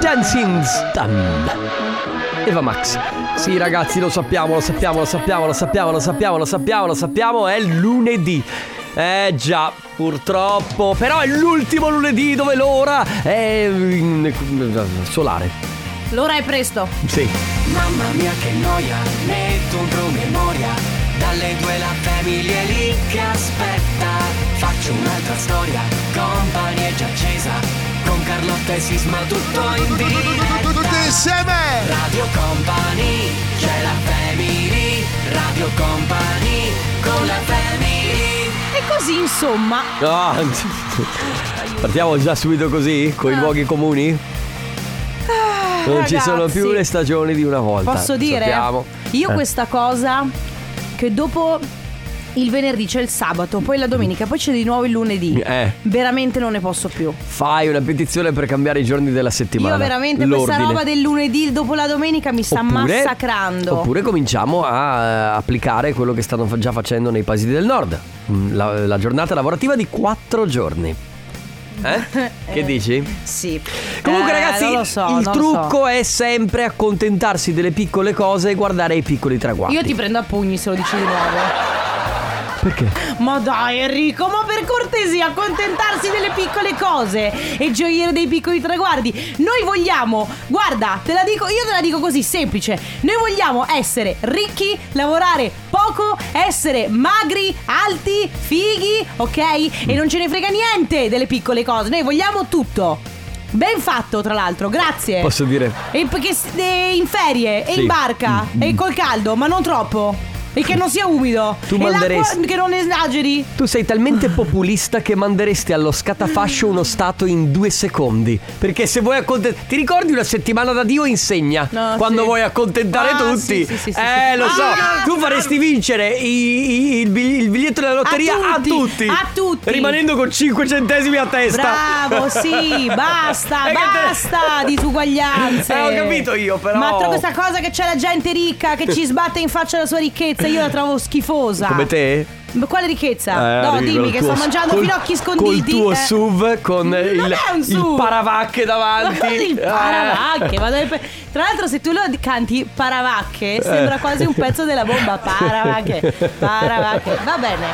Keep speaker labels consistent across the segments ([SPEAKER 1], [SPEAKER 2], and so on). [SPEAKER 1] Dancing Stan. Eva Max. Sì ragazzi, lo sappiamo, lo sappiamo, lo sappiamo, lo sappiamo, lo sappiamo, lo sappiamo, lo sappiamo, è lunedì. Eh già, purtroppo, però è l'ultimo lunedì dove l'ora è mm, solare.
[SPEAKER 2] L'ora è presto.
[SPEAKER 1] Sì.
[SPEAKER 3] Mamma mia che noia, metto un promemoria Dalle due la famiglia è lì che aspetta Faccio un'altra storia, company è già accesa Con Carlotta e Sisma tutto in diretta
[SPEAKER 4] Tutti insieme!
[SPEAKER 3] Radio Company, c'è la family Radio Company, con la family
[SPEAKER 2] E così, insomma,
[SPEAKER 1] Ah, partiamo già subito così, con
[SPEAKER 2] Ah.
[SPEAKER 1] i luoghi comuni? Non ci sono
[SPEAKER 2] ragazzi.
[SPEAKER 1] più le stagioni di una volta.
[SPEAKER 2] posso
[SPEAKER 1] lo
[SPEAKER 2] dire?
[SPEAKER 1] sappiamo.
[SPEAKER 2] Io
[SPEAKER 1] Eh.
[SPEAKER 2] questa cosa che dopo il venerdì c'è il sabato, poi la domenica, poi c'è di nuovo il lunedì.
[SPEAKER 1] Eh.
[SPEAKER 2] Veramente non ne posso più.
[SPEAKER 1] Fai una petizione per cambiare i giorni della settimana.
[SPEAKER 2] Io veramente questa
[SPEAKER 1] L'ordine.
[SPEAKER 2] roba del lunedì dopo la domenica mi sta
[SPEAKER 1] Oppure-
[SPEAKER 2] massacrando.
[SPEAKER 1] Oppure cominciamo a eh, applicare quello che stanno fa- già facendo nei paesi del nord. Mm, La, la giornata lavorativa di 4 giorni. Eh? Che dici?
[SPEAKER 2] Sì.
[SPEAKER 1] Comunque
[SPEAKER 2] Eh,
[SPEAKER 1] ragazzi,
[SPEAKER 2] non lo so, non
[SPEAKER 1] il
[SPEAKER 2] lo
[SPEAKER 1] trucco
[SPEAKER 2] so.
[SPEAKER 1] è sempre accontentarsi delle piccole cose e guardare ai piccoli traguardi.
[SPEAKER 2] Io ti prendo a pugni se lo dici di nuovo.
[SPEAKER 1] Perché?
[SPEAKER 2] Ma dai Enrico, ma per cortesia, accontentarsi delle piccole cose e gioire dei piccoli traguardi. Noi vogliamo, guarda, te la dico, io te la dico così, semplice. Noi vogliamo essere ricchi, lavorare poco, essere magri, alti, fighi, ok? E non ce ne frega niente delle piccole cose, noi vogliamo tutto. Ben fatto, tra l'altro, grazie.
[SPEAKER 1] Posso dire?
[SPEAKER 2] E perché s- e in ferie, e
[SPEAKER 1] Sì. Mm.
[SPEAKER 2] in barca, e col caldo, ma non troppo. E che non sia umido.
[SPEAKER 1] Tu
[SPEAKER 2] e
[SPEAKER 1] manderesti-
[SPEAKER 2] l'acqua che non esageri.
[SPEAKER 1] Tu sei
[SPEAKER 2] Ah.
[SPEAKER 1] talmente populista che manderesti allo scatafascio uno stato in due secondi. Perché se vuoi accontentare. Ti ricordi una settimana da Dio insegna?
[SPEAKER 2] No,
[SPEAKER 1] quando
[SPEAKER 2] sì.
[SPEAKER 1] vuoi accontentare
[SPEAKER 2] Ah,
[SPEAKER 1] tutti.
[SPEAKER 2] sì, sì, sì, sì,
[SPEAKER 1] eh,
[SPEAKER 2] sì.
[SPEAKER 1] lo so.
[SPEAKER 2] Ah!
[SPEAKER 1] tu faresti vincere i- i- il, bi- il biglietto della lotteria a
[SPEAKER 2] tutti,
[SPEAKER 1] tutti.
[SPEAKER 2] a tutti.
[SPEAKER 1] Rimanendo con 5 centesimi a testa.
[SPEAKER 2] Bravo, sì, basta,
[SPEAKER 1] Eh, che te-
[SPEAKER 2] basta disuguaglianze.
[SPEAKER 1] Eh, ho capito io, però.
[SPEAKER 2] Ma tra questa cosa che c'è la gente ricca che ci sbatte in faccia la sua ricchezza, io la trovo schifosa.
[SPEAKER 1] Come te?
[SPEAKER 2] Ma quale ricchezza?
[SPEAKER 1] Eh,
[SPEAKER 2] no,
[SPEAKER 1] arrivi
[SPEAKER 2] dimmi
[SPEAKER 1] col
[SPEAKER 2] che
[SPEAKER 1] tuo-
[SPEAKER 2] sto mangiando
[SPEAKER 1] col-
[SPEAKER 2] finocchi sconditi.
[SPEAKER 1] Col tuo
[SPEAKER 2] eh.
[SPEAKER 1] SUV con il,
[SPEAKER 2] è un
[SPEAKER 1] il
[SPEAKER 2] SUV.
[SPEAKER 1] paravacche davanti.
[SPEAKER 2] Ma cos'è il
[SPEAKER 1] Eh.
[SPEAKER 2] paravacche? Vado al pe- Tra l'altro, se tu lo canti
[SPEAKER 1] Eh.
[SPEAKER 2] paravacche, sembra quasi un pezzo della bomba. Paravacche, paravacche. Va bene.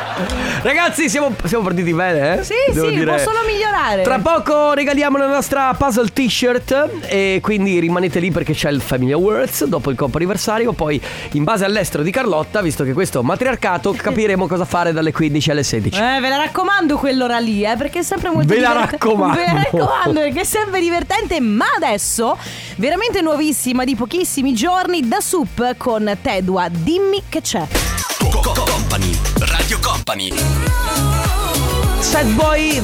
[SPEAKER 1] Ragazzi, siamo, siamo partiti bene, eh?
[SPEAKER 2] Sì,
[SPEAKER 1] Devo
[SPEAKER 2] sì,
[SPEAKER 1] dire.
[SPEAKER 2] può solo migliorare.
[SPEAKER 1] Tra poco regaliamo la nostra puzzle t-shirt e quindi rimanete lì perché c'è il Family Awards dopo il coppa anniversario, poi in base all'estero di Carlotta, visto che questo è un matriarcato, capiremo cosa fare dalle 15 alle 16.
[SPEAKER 2] Eh, ve la raccomando quell'ora lì, eh, perché è sempre molto
[SPEAKER 1] Ve la
[SPEAKER 2] divertente.
[SPEAKER 1] raccomando.
[SPEAKER 2] Ve la raccomando, perché è sempre divertente. Ma adesso, veramente nuovissima di pochissimi giorni, da Sup con Tedua. Dimmi che c'è. Eh.
[SPEAKER 1] Sad Boy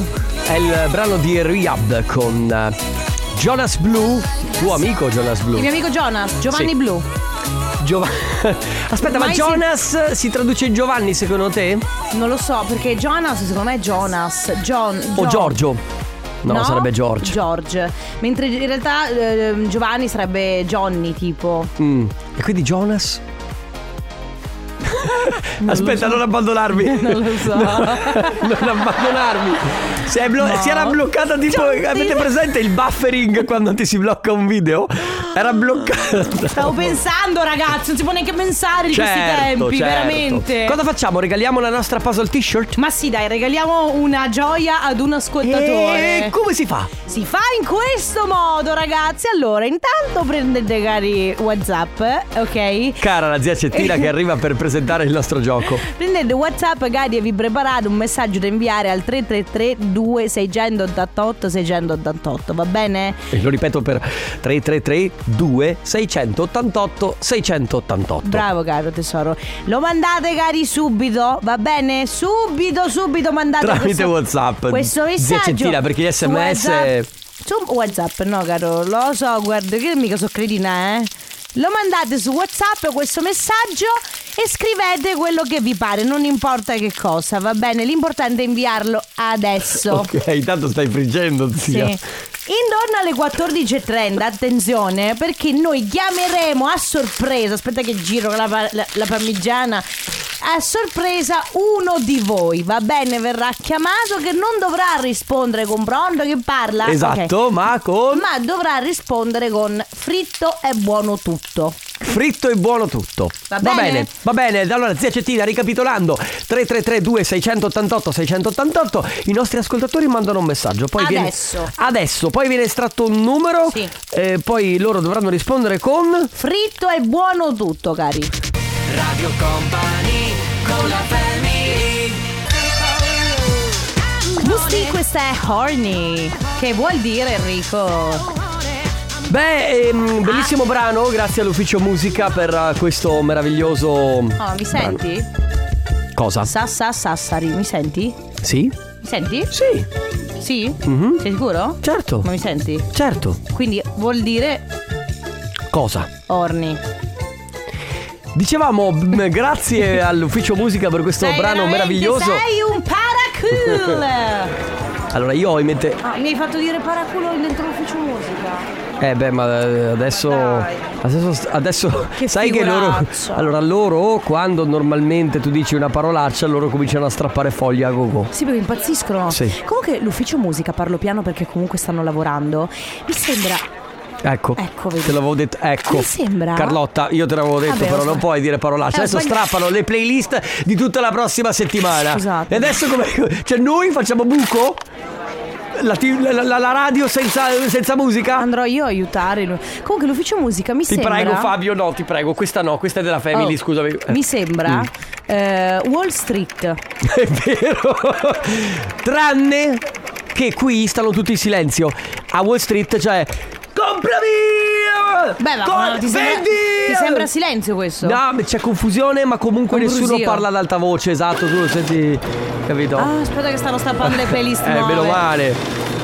[SPEAKER 1] è il brano di Rehab con eh, Jonas Blue, tuo amico Jonas
[SPEAKER 2] Il
[SPEAKER 1] Blue.
[SPEAKER 2] mio amico Jonas, Giovanni
[SPEAKER 1] Sì.
[SPEAKER 2] Blu.
[SPEAKER 1] Giova- Aspetta, ma
[SPEAKER 2] Ormai si-
[SPEAKER 1] Jonas si traduce in Giovanni secondo te?
[SPEAKER 2] Non lo so, perché Jonas, secondo me, è Jonas. John.
[SPEAKER 1] O
[SPEAKER 2] John.
[SPEAKER 1] Giorgio? No, sarebbe George.
[SPEAKER 2] George. Mentre in realtà eh, Giovanni sarebbe Johnny, tipo.
[SPEAKER 1] Mm. E quindi Jonas? Aspetta, non abbandonarmi.
[SPEAKER 2] Non lo so.
[SPEAKER 1] non abbandonarmi. Si, è blo-
[SPEAKER 2] No.
[SPEAKER 1] si era bloccata tipo.
[SPEAKER 2] Giorgi.
[SPEAKER 1] Avete presente il buffering quando ti si blocca un video? Era bloccata.
[SPEAKER 2] Stavo pensando, ragazzi, non si può neanche pensare di questi
[SPEAKER 1] Certo,
[SPEAKER 2] tempi,
[SPEAKER 1] certo.
[SPEAKER 2] veramente.
[SPEAKER 1] Cosa facciamo? Regaliamo la nostra puzzle t-shirt?
[SPEAKER 2] Ma sì, dai, regaliamo una gioia ad un ascoltatore.
[SPEAKER 1] E come si fa?
[SPEAKER 2] Si fa in questo modo, ragazzi. Allora, intanto prendete cari WhatsApp, ok?
[SPEAKER 1] Cara la zia Cettina che arriva per presentare il nostro gioco.
[SPEAKER 2] Prendete WhatsApp, cari, e vi preparate un messaggio da inviare al 333 2688 688, va bene?
[SPEAKER 1] E lo ripeto per 333 2 688 688.
[SPEAKER 2] Bravo caro tesoro. Lo mandate cari subito, va bene? Subito, subito mandate
[SPEAKER 1] Tramite
[SPEAKER 2] questo,
[SPEAKER 1] WhatsApp.
[SPEAKER 2] Questo
[SPEAKER 1] Zia
[SPEAKER 2] messaggio.
[SPEAKER 1] Cettina, perché gli
[SPEAKER 2] su
[SPEAKER 1] SMS
[SPEAKER 2] WhatsApp. Su WhatsApp, no caro, lo so, guarda che mica so cretina, eh. Lo mandate su WhatsApp questo messaggio e scrivete quello che vi pare, non importa che cosa, va bene? L'importante è inviarlo adesso.
[SPEAKER 1] Ok, intanto stai friggendo, zia.
[SPEAKER 2] Sì. Intorno alle 14.30, attenzione, perché noi chiameremo a sorpresa, aspetta che giro la, pa- la- la parmigiana, a sorpresa uno di voi, va bene, verrà chiamato che non dovrà rispondere con pronto che parla.
[SPEAKER 1] Esatto,
[SPEAKER 2] Ah, ok.
[SPEAKER 1] ma con
[SPEAKER 2] Ma dovrà rispondere con fritto è buono tutto.
[SPEAKER 1] fritto e buono tutto.
[SPEAKER 2] Va
[SPEAKER 1] va
[SPEAKER 2] bene?
[SPEAKER 1] bene. Va bene. Allora, zia Cettina, ricapitolando: 3332 688 688. I nostri ascoltatori mandano un messaggio. Poi viene-
[SPEAKER 2] Adesso.
[SPEAKER 1] adesso, poi viene estratto un numero.
[SPEAKER 2] Sì.
[SPEAKER 1] eh, poi loro dovranno rispondere con.
[SPEAKER 2] Fritto è buono tutto, cari.
[SPEAKER 3] Radio Company con la family
[SPEAKER 2] Musti, questa è horny. Che vuol dire Enrico?
[SPEAKER 1] Beh,
[SPEAKER 2] Ah.
[SPEAKER 1] ehm, bellissimo brano. Grazie all'ufficio musica per eh, questo meraviglioso.
[SPEAKER 2] Oh, mi senti?
[SPEAKER 1] Cosa?
[SPEAKER 2] Sassa Sassari, mi senti?
[SPEAKER 1] Sì?
[SPEAKER 2] Mi senti? Mm-hmm.
[SPEAKER 1] Sì,
[SPEAKER 2] Sì?
[SPEAKER 1] Mhm.
[SPEAKER 2] Sei sicuro?
[SPEAKER 1] certo.
[SPEAKER 2] Ma mi senti?
[SPEAKER 1] Certo.
[SPEAKER 2] Quindi vuol dire
[SPEAKER 1] Cosa?
[SPEAKER 2] horny.
[SPEAKER 1] Dicevamo mm, grazie all'ufficio musica per questo
[SPEAKER 2] Sei
[SPEAKER 1] brano
[SPEAKER 2] veramente-
[SPEAKER 1] meraviglioso.
[SPEAKER 2] Sei un paracool!
[SPEAKER 1] Allora io ho in mente
[SPEAKER 2] Ah, mi hai fatto dire paraculo dentro l'ufficio musica.
[SPEAKER 1] Eh beh ma eh, adesso
[SPEAKER 2] Ma dai.
[SPEAKER 1] Adesso, adesso
[SPEAKER 2] Che
[SPEAKER 1] sai che loro
[SPEAKER 2] figuraccia.
[SPEAKER 1] Allora loro quando normalmente tu dici una parolaccia loro cominciano a strappare foglie a gogo
[SPEAKER 2] Sì, perché impazziscono.
[SPEAKER 1] Sì.
[SPEAKER 2] Comunque l'ufficio musica, parlo piano perché comunque stanno lavorando. Mi sembra.
[SPEAKER 1] Ecco,
[SPEAKER 2] Ecco, vedi.
[SPEAKER 1] te l'avevo detto ecco
[SPEAKER 2] Mi sembra-
[SPEAKER 1] Carlotta io te l'avevo detto
[SPEAKER 2] Vabbè,
[SPEAKER 1] però
[SPEAKER 2] lo so.
[SPEAKER 1] non puoi dire parolacce
[SPEAKER 2] Eh, ho
[SPEAKER 1] Adesso
[SPEAKER 2] sbagliato.
[SPEAKER 1] strappano le playlist di tutta la prossima settimana
[SPEAKER 2] Scusate.
[SPEAKER 1] E adesso come Cioè noi facciamo buco? La, ti- la- la- la radio senza, senza musica?
[SPEAKER 2] Andrò io a aiutare. lui. Comunque l'ufficio musica mi
[SPEAKER 1] Ti
[SPEAKER 2] sembra.
[SPEAKER 1] prego Fabio, no, ti prego, questa no, questa è della family,
[SPEAKER 2] Oh,
[SPEAKER 1] scusami. Eh,
[SPEAKER 2] Mi sembra eh, Wall Street.
[SPEAKER 1] È vero. Tranne che qui stanno tutti in silenzio. A Wall Street c'è comprami!
[SPEAKER 2] Beh, ma
[SPEAKER 1] Co-
[SPEAKER 2] ti sembra,
[SPEAKER 1] vendi!
[SPEAKER 2] ti sembra silenzio questo?
[SPEAKER 1] No, ma c'è confusione, ma comunque
[SPEAKER 2] Con
[SPEAKER 1] nessuno
[SPEAKER 2] brusio.
[SPEAKER 1] parla ad alta voce, esatto, tu lo senti, capito?
[SPEAKER 2] Ah, aspetta che stanno stampando le playlist
[SPEAKER 1] eh,
[SPEAKER 2] nuove.
[SPEAKER 1] meno male.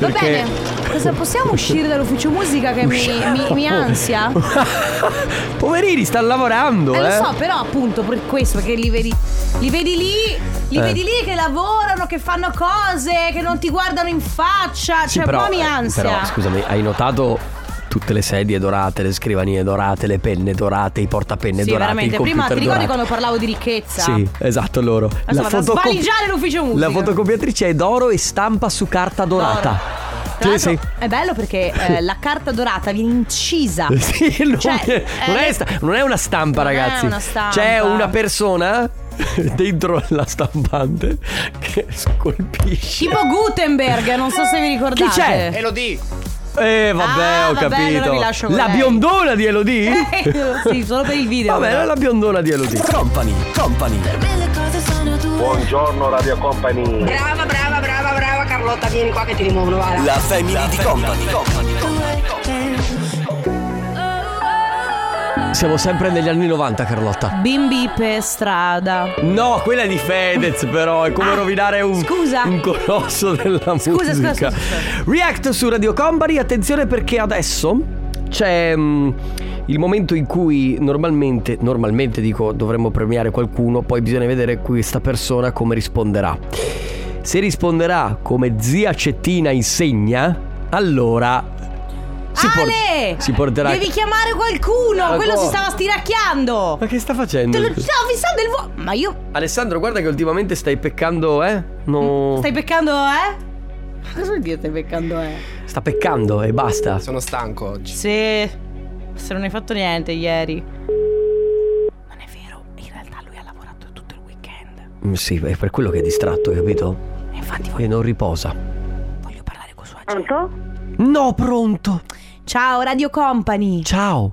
[SPEAKER 2] Va
[SPEAKER 1] perché-
[SPEAKER 2] bene, cosa possiamo uscire dall'ufficio musica che mi, mi,
[SPEAKER 1] Oh,
[SPEAKER 2] mi ansia?
[SPEAKER 1] Poverini, stanno lavorando,
[SPEAKER 2] Eh,
[SPEAKER 1] eh.
[SPEAKER 2] lo so, però appunto per questo, perché li vedi, li vedi lì, li
[SPEAKER 1] Eh.
[SPEAKER 2] vedi lì che lavorano, che fanno cose, che non ti guardano in faccia,
[SPEAKER 1] Sì,
[SPEAKER 2] cioè
[SPEAKER 1] però,
[SPEAKER 2] un po' mi
[SPEAKER 1] eh,
[SPEAKER 2] ansia.
[SPEAKER 1] Però scusami, hai notato tutte le sedie dorate, le scrivanie dorate, le penne dorate, i portapenne
[SPEAKER 2] sì,
[SPEAKER 1] dorati,
[SPEAKER 2] veramente,
[SPEAKER 1] i
[SPEAKER 2] prima ti
[SPEAKER 1] computer
[SPEAKER 2] ricordi
[SPEAKER 1] dorati.
[SPEAKER 2] quando parlavo di ricchezza?
[SPEAKER 1] Sì, esatto loro.
[SPEAKER 2] vado a svaligiare l'ufficio musica.
[SPEAKER 1] La fotocopiatrice è d'oro e stampa su carta dorata.
[SPEAKER 2] Tra
[SPEAKER 1] Sì,
[SPEAKER 2] l'altro, È bello perché eh, la carta dorata viene incisa.
[SPEAKER 1] sì. Sì, non,
[SPEAKER 2] Cioè,
[SPEAKER 1] è, non
[SPEAKER 2] eh,
[SPEAKER 1] è sta- non è una stampa,
[SPEAKER 2] non è
[SPEAKER 1] ragazzi.
[SPEAKER 2] una stampa.
[SPEAKER 1] C'è una persona dentro la stampante che scolpisce.
[SPEAKER 2] Tipo Gutenberg, non so se vi ricordate.
[SPEAKER 1] Chi c'è? Eh, vabbè,
[SPEAKER 2] Ah,
[SPEAKER 1] ho
[SPEAKER 2] vabbè, allora
[SPEAKER 1] capito.
[SPEAKER 2] vi lascio con
[SPEAKER 1] la
[SPEAKER 2] lei. Eh,
[SPEAKER 1] biondona di Elodie?
[SPEAKER 2] sì, solo per il video.
[SPEAKER 1] Vabbè, era la biondona di Elodie. Company, company.
[SPEAKER 4] Buongiorno Radio Company.
[SPEAKER 5] Brava, brava, brava, brava Carlotta, vieni qua che ti rimuovono, guarda.
[SPEAKER 6] La family di company.
[SPEAKER 1] Siamo sempre negli anni 90, Carlotta.
[SPEAKER 2] Bimbi per strada.
[SPEAKER 1] No, quella è di Fedez, però. È come
[SPEAKER 2] Ah,
[SPEAKER 1] rovinare un,
[SPEAKER 2] scusa.
[SPEAKER 1] un colosso della
[SPEAKER 2] scusa,
[SPEAKER 1] musica.
[SPEAKER 2] scusa, scusa.
[SPEAKER 1] React su Radio Company. Attenzione perché adesso c'è. mm, il momento in cui normalmente, normalmente dico dovremmo premiare qualcuno, poi bisogna vedere questa persona come risponderà. Se risponderà come zia Cettina insegna, allora si, por-
[SPEAKER 2] Ale!
[SPEAKER 1] si porterà
[SPEAKER 2] Devi chiamare qualcuno!
[SPEAKER 1] Ma
[SPEAKER 2] Quello
[SPEAKER 1] co-
[SPEAKER 2] si stava stiracchiando!
[SPEAKER 1] Ma che sta facendo?
[SPEAKER 2] Te lo stavo fissando il vuoto! Ma io.
[SPEAKER 1] Alessandro, guarda che ultimamente stai peccando, eh? No.
[SPEAKER 2] Stai peccando, eh? Ma Cosa vuol dire stai peccando, eh?
[SPEAKER 1] Sta peccando e basta.
[SPEAKER 7] Sono stanco oggi.
[SPEAKER 2] Se. Se non hai fatto niente ieri. Non è vero, in realtà lui ha lavorato tutto il weekend.
[SPEAKER 1] Mm, Sì, è per quello che è distratto, hai capito?
[SPEAKER 2] E infatti voglio,
[SPEAKER 1] E non riposa.
[SPEAKER 2] voglio parlare con sua gente.
[SPEAKER 1] No, pronto.
[SPEAKER 2] Ciao, Radio Company!
[SPEAKER 1] Ciao.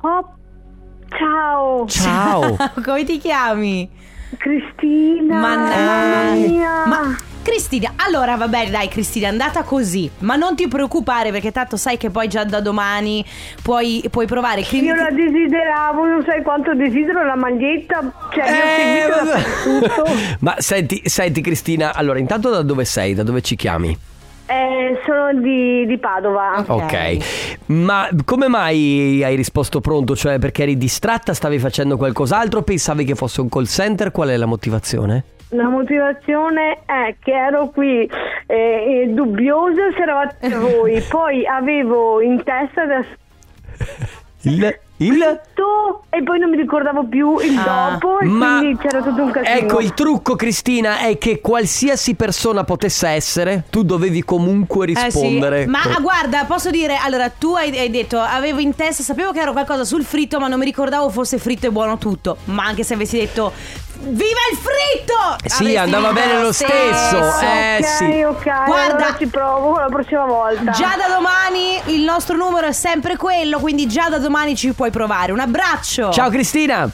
[SPEAKER 8] Ciao
[SPEAKER 1] Ciao.
[SPEAKER 2] Come ti chiami?
[SPEAKER 8] Cristina,
[SPEAKER 2] Mannaggia.
[SPEAKER 8] mamma mia.
[SPEAKER 2] Ma Cristina, allora vabbè dai Cristina, è andata così, ma non ti preoccupare perché tanto sai che poi già da domani puoi, puoi provare. Cri-
[SPEAKER 8] Io la desideravo, non sai quanto desidero la maglietta, cioè
[SPEAKER 1] Eh,
[SPEAKER 8] mi ho
[SPEAKER 1] vabbè.
[SPEAKER 8] seguito dappertutto.
[SPEAKER 1] Ma senti, senti Cristina, allora intanto da dove sei? Da dove ci chiami?
[SPEAKER 8] Eh, sono di, di Padova.
[SPEAKER 1] Ok. Ma come mai hai risposto pronto? Cioè perché eri distratta, stavi facendo qualcos'altro, pensavi che fosse un call center? Qual è la motivazione?
[SPEAKER 8] La motivazione è che ero qui eh, eh, dubbiosa se eravate voi, poi avevo in testa da
[SPEAKER 1] Il... il...
[SPEAKER 8] tutto e poi non mi ricordavo più il
[SPEAKER 2] Ah,
[SPEAKER 8] dopo e quindi c'era tutto un casino.
[SPEAKER 1] Ecco, il trucco, Cristina, è che qualsiasi persona potesse essere, tu dovevi comunque
[SPEAKER 2] Eh sì,
[SPEAKER 1] rispondere. Ecco.
[SPEAKER 2] Ma
[SPEAKER 1] Con-
[SPEAKER 2] ah, guarda, posso dire, allora tu hai, hai detto, avevo in testa, sapevo che era qualcosa sul fritto, ma non mi ricordavo fosse fritto e buono tutto. Ma anche se avessi detto, viva il fritto!
[SPEAKER 1] Eh Sì,
[SPEAKER 2] Avresti
[SPEAKER 1] andava
[SPEAKER 2] vinto
[SPEAKER 1] bene lo stesso. Eh
[SPEAKER 8] Ok,
[SPEAKER 1] sì.
[SPEAKER 8] ok,
[SPEAKER 2] Guarda-
[SPEAKER 8] allora ci provo la prossima volta.
[SPEAKER 2] Già da domani il nostro numero è sempre quello, quindi già da domani ci puoi provare. Un abbraccio!
[SPEAKER 1] Ciao Cristina.